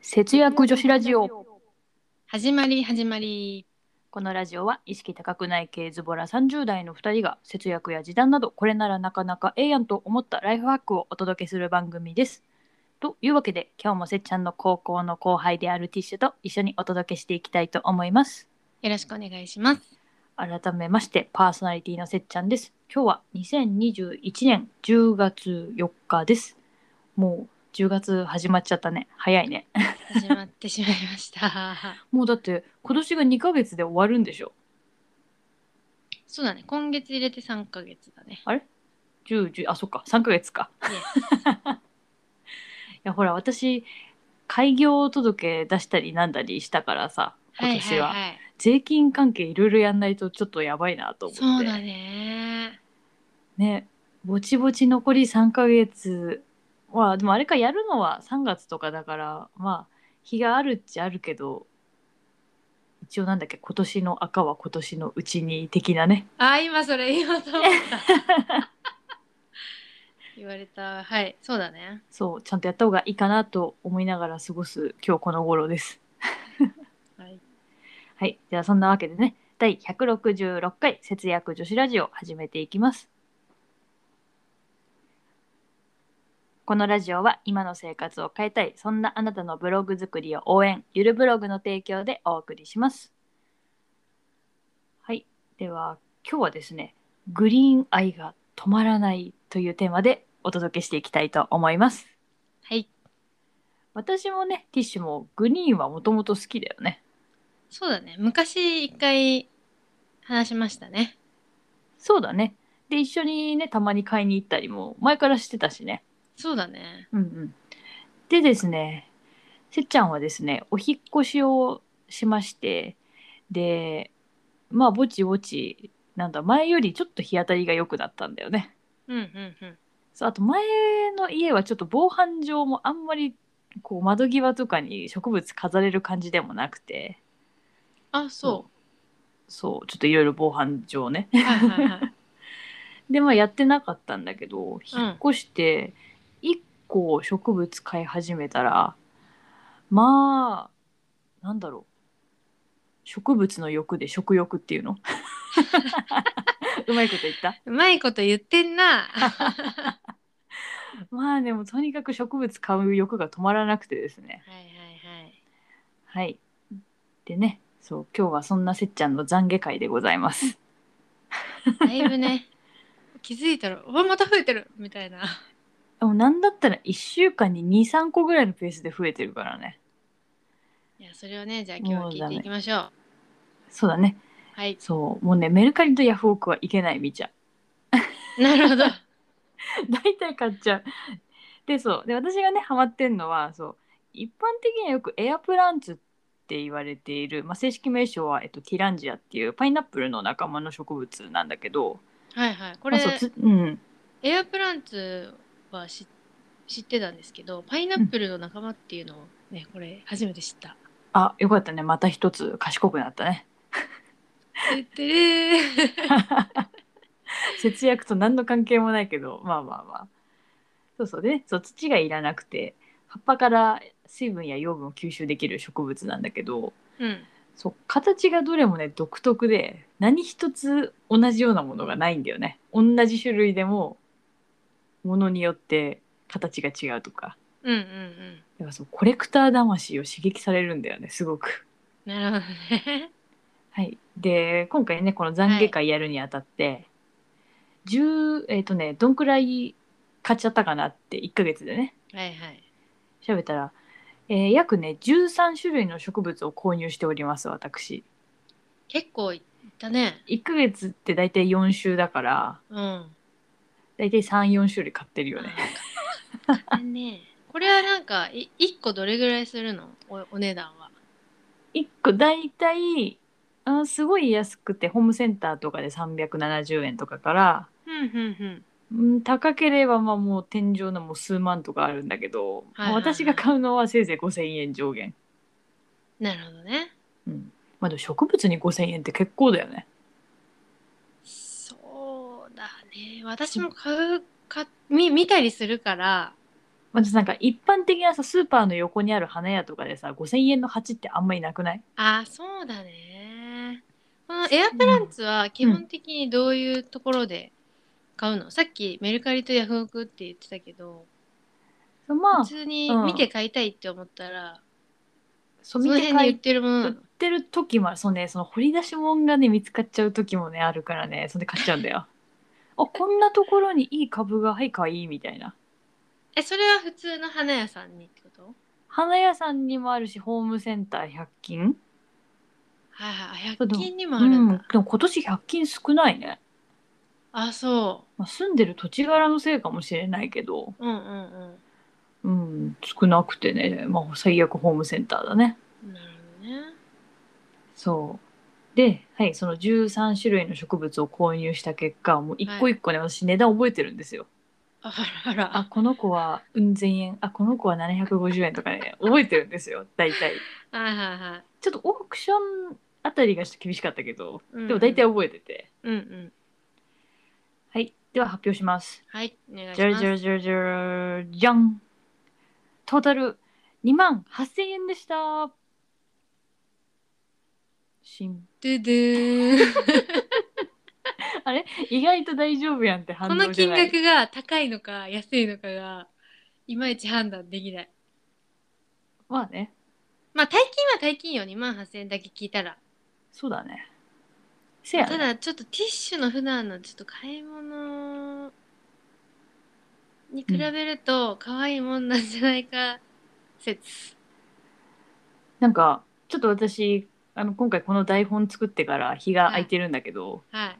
節約女子ラジオ始まり始まりこのラジオは意識高くない系ズボラ30代の2人が節約や時短などこれならなかなかええやんと思ったライフハックをお届けする番組です。というわけで今日もせっちゃんの高校の後輩であるティッシュと一緒にお届けしていきたいと思います。よろしくお願いします改めましてパーソナリティのせっちゃんです。今日は2021年10月4日です。もう10月始まっちゃったね。早いね。始まってしまいましたもうだって今年が2ヶ月で終わるんでしょそうだね今月入れて3ヶ月だね10、10あ、そっか、3ヶ月か。イエいや、ほら、私、開業届出したりなんだりしたからさ、ス今年は。い はいい税金関係いろいろやんないとちょっとやばいなと思って。そうだねね。ぼちぼち残り3ヶ月は、でもあれか、やるのは3月とかだから、まあ、日があるっちゃあるけど、一応なんだっけ、今年の赤は今年のうちに的なね。あ今それ言おうと思った言われたはいそうだねそう、ちゃんとやった方がいいかなと思いながら過ごす今日この頃です。はいはい。じゃあそんなわけでね、第166回節約女子ラジオ始めていきます。このラジオは今の生活を変えたい、そんなあなたのブログ作りを応援、ゆるブログの提供でお送りします。はい。では、今日はですね、グリーンアイが止まらないというテーマでお届けしていきたいと思います。はい私もね、ティッシュもグリーンはもともと好きだよね。そうだね昔一回話しましたねそうだね。で一緒にねたまに買いに行ったりも前からしてたしね。そうだねうんうん、でですねせっちゃんはですねお引っ越しをしましてでまあぼちぼちなんだ前よりちょっと日当たりが良くなったんだよね。うんうんうんそうあと前の家はちょっと防犯上もあんまりこう窓際とかに植物飾れる感じでもなくてあそそうちょっといろいろ防犯上ねうはいはいはいでまあやってなかったんだけど引っ越して1個植物飼い始めたら、まあなんだろう植物の欲で食欲っていうのうまいこと言ったうまいこと言ってんなまあでもとにかく植物買う欲が止まらなくてですねはいはいはい。はいでねそう今日はそんなせっちゃんの懺悔会でございますだいぶね 気づいたら「おまた増えてる!」みたいな でもなんだったら1週間に23個ぐらいのペースで増えてるからねいやそれをねじゃあ今日はもう聞ダいてメいきましょうそうだねはいそうもうねメルカリとヤフオクはいけないみーちゃんなるほ ど 大体買っちゃう。でそうで私がねハマってんのはそう一般的にはよくエアプランツって言われている、まあ、正式名称は、えっと、ティランジアっていうパイナップルの仲間の植物なんだけどはいはいここれ、まあそうつうん、エアプランツはし知ってたんですけどパイナップルの仲間っていうのをね、これ初めて知った。あよかったねまた一つ賢くなったねてってれー節約と何の関係もないけどまあまあまあそうそうで、ね、そう土がいらなくて葉っぱから水分や養分を吸収できる植物なんだけど うんそう形がどれもね独特で何一つ同じようなものがないんだよね同じ種類でもものによって形が違うとかうんうんうんだからそうコレクター魂を刺激されるんだよねすごく。なるほどね はい、で今回ねこの懺悔会やるにあたって、10えっ、とねどんくらい買っちゃったかなって1ヶ月でねはいはい調べたら、えー約ね13種類の植物を購入しております私。結構いったね1ヶ月って大体4週だからうん大体34種類買ってるよねあーね これはなんかい1個どれぐらいするのおお値段は1個大体あすごい安くてホームセンターとかで370円とかから、うんうんううんん、高ければまあもう天井のもう数万とかあるんだけど、はいはいはいまあ私が買うのはせいぜい5,000円上限、なるほどねうんまあ、でも植物に5,000円って結構だよねそうだね私も買うか見見たりするからまずなんか一般的なさスーパーの横にある花屋とかでさ5,000円の鉢ってあんまりなくないあそうだねこのエアプランツは基本的にどういうところで買うの、さっきメルカリとヤフオクって言ってたけどまあ普通に見て買いたいって思ったら、そう見そのて辺に買売っいてるもの売なっのてる時もそうねその掘り出し物がね見つかっちゃう時もねあるからねそれで買っちゃうんだ よあこんなところにいい株がはいかいいみたいなえそれは普通の花屋さんにってこと花屋さんにもあるしホームセンター100均はいはいあそうで100も均にもあうるんだ、んでも今年100均少ないね、あそまあ、住んでる土地柄のせいかもしれないけどううんうんうん少なくてね、まあ、最悪ホームセンターだねうんなるほどねそうで、はい、その13種類の植物を購入した結果もう一個一個ね、私値段覚えてるんですよあらあらあこの子はうん千円あこの子は750円とかね覚えてるんですよ大体はいはいはいちょっとオークションあたりがちょっと厳しかったけどうんうんでも大体覚えてて、うんうんはいでは発表しますはいお願いしじゃらまじゃすらじゃらじゃらじゃんトータル2万8000円でした新ドゥドゥーン意外と大丈夫やんって反こ応のじゃ金ない額が高いのか安いのかがいまいち判断できないまあねまあ大金は大金よ2万8000円だけ聞いたらそうだねせやたねだちょっとティッシュの普段のちょっと買い物に比べると可愛いもんなんじゃないか説、なんかちょっと私あの今回この台本作ってから日が空いてるんだけど、はい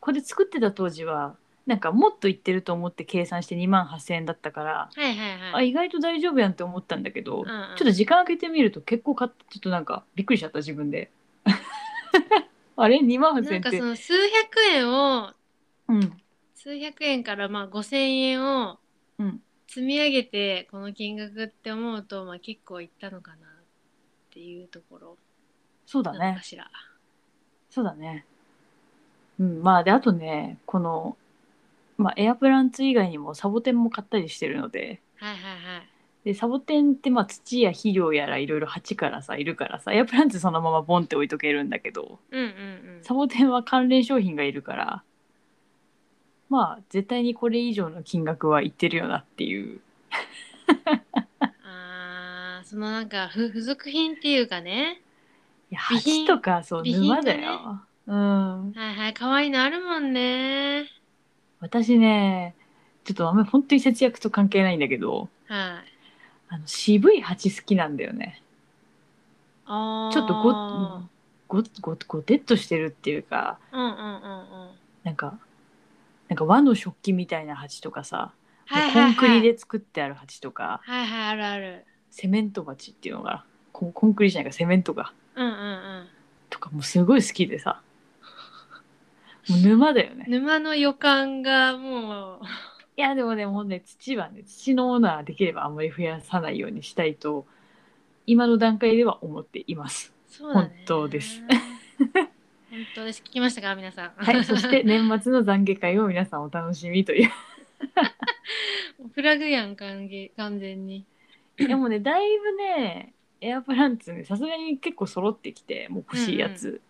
これ作ってた当時はなんかもっといってると思って計算して2万8,000円だったから、はいはいあはい意外と大丈夫やんって思ったんだけど、うんうんちょっと時間空けてみると結構買ってちょっとなんかびっくりしちゃった自分で あれ2万8,000な円んっかてその数百円をうん数百円からまあ5,000円をうん積み上げてこの金額って思うと、まあ、結構いったのかなっていうところそうだなのねかしら。そうだねうんまあであとねこの、まあ、エアプランツ以外にもサボテンも買ったりしてるのではいはいはい。でサボテンってまあ土や肥料やらいろいろ鉢からさいるからさエアプランツそのままボンって置いとけるんだけど、うんうんうん。サボテンは関連商品がいるからまあ絶対にこれ以上の金額はいってるよなっていうああそのなんかふ付属品っていうかね。いや備鉢品とかそう備品沼だよ、うんはいはい可愛いのあるもんね。私ねちょっとあんまり本当に節約と関係ないんだけどはい。あの渋い鉢好きなんだよねあーちょっとごごごごてっとしてるっていうかうんうんうんうん。なんかなんか和の食器みたいな鉢とかさ、はいコはいンクはい。リで作ってある鉢とかはいはいあるある。セメント鉢っていうのがコンコンクリじゃないかセメントがうんうんうん。とかもすごい好きでさもう沼だよね沼の予感がもう。いやでもねもうね土はね土のオーナーできればあんまり増やさないようにしたいと今の段階では思っていますそうだね本当です。本当です。聞きましたか、皆さん。 はいそ して年末の懺悔会を皆さんお楽しみというプラグやん、完全完全に。でもうねだいぶねエアプランツねさすがに結構揃ってきてもう欲しいやつ、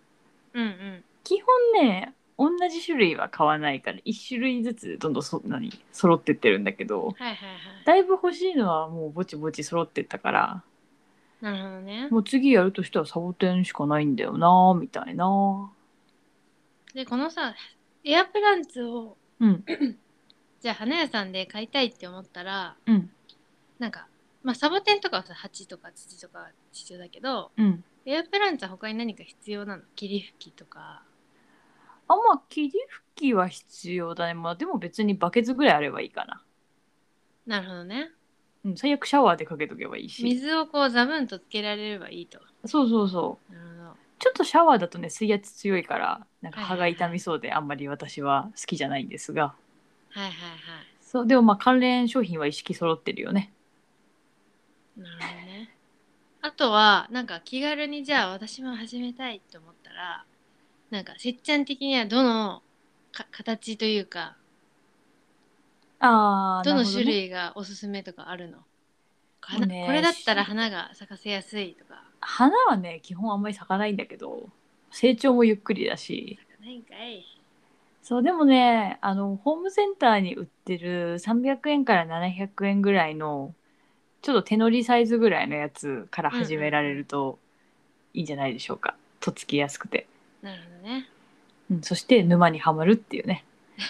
うんうん。基本ね同じ種類は買わないから1種類ずつどんどんそ何揃ってってるんだけどはいはいはい。だいぶ欲しいのはもうぼちぼち揃ってったからなるほどね。もう次やるとしたらサボテンしかないんだよなみたいなで、このさ、エアプランツを、うんじゃあ花屋さんで買いたいって思ったら、うんなんか、まあサボテンとかはさ、鉢とか土とかは必要だけど、うんエアプランツは他に何か必要なの霧吹きとか。あまあ霧吹きは必要だねまあでも別にバケツぐらいあればいいかな、なるほどね。うん、最悪シャワーでかけとけばいいし水をこう、ザブンとつけられればいいと。そうそうそうなるほど。ちょっとシャワーだとね水圧強いからなんかは歯いはいが痛みそうであんまり私は好きじゃないんですがはいはいはそうでもまあ関連商品は一式揃ってるよねい。なるほどね。あとは、なんか気軽にじゃあ私も始めたいと思ったら、なんかせっちゃん的にはどのか形というか、ああ、どなのるほ種ね類がおすすめとかあるの花もうねこれだったら花が咲かせやすいとか。花はね基本あんまり咲かないんだけど成長もゆっくりだし咲かないんかい。そうでもねあのホームセンターに売ってる300円から700円ぐらいのちょっと手乗りサイズぐらいのやつから始められるといいんじゃないでしょうか、とっつきやすくて、なるほどね。うん、そして沼にはまるっていうね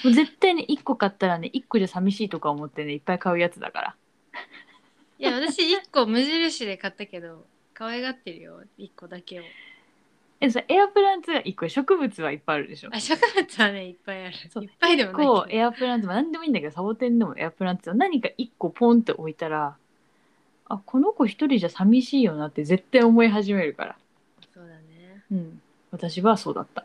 もう絶対ね1個買ったらね1個じゃ寂しいとか思ってねいっぱい買うやつだからいや、私1個無印で買ったけど、可愛がってるよ、1個だけを。えそれエアプランツが1個で植物はいっぱいあるでしょあ、植物はね、いっぱいある。そういっぱいでもないけどこうエアプランツも何でもいいんだけどサボテンでもエアプランツは何か一個ポンって置いたらあこの子一人じゃ寂しいよなって絶対思い始めるから、そうだね。うん、私はそうだった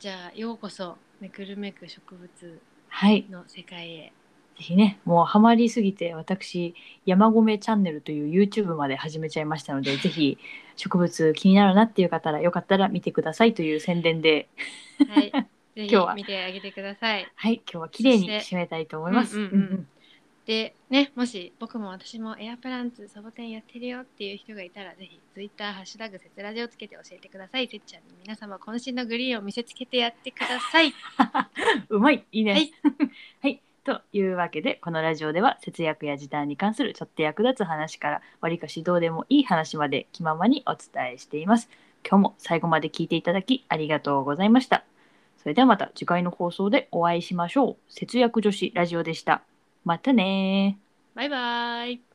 じゃあ、ようこそ、めくるめく植物はいの世界へ。ぜひねもうハマりすぎて私山込チャンネルという YouTube まで始めちゃいました のでぜひ植物気になるなっていう方らよかったら見てくださいという宣伝で はい。ぜひ今日は見てあげてください。はい今日は綺麗に締めたいと思います。うんうんうんうんうんで、ね、もし僕も私もエアプランツ、サボテンやってるよっていう人がいたら、ぜひ、ツイッター、ハッシュタグ、せつラジをつけて教えてください。てっちゃんに皆様、渾身のグリーンを見せつけてやってください。 うまいいいね。ははいい、というわけでこのラジオでは節約や時短に関するちょっと役立つ話からわりかしどうでもいい話まで気ままにお伝えしています。今日も最後まで聞いていただきありがとうございました。それではまた次回の放送でお会いしましょう。節約女子ラジオでした。またねー。バイバイ。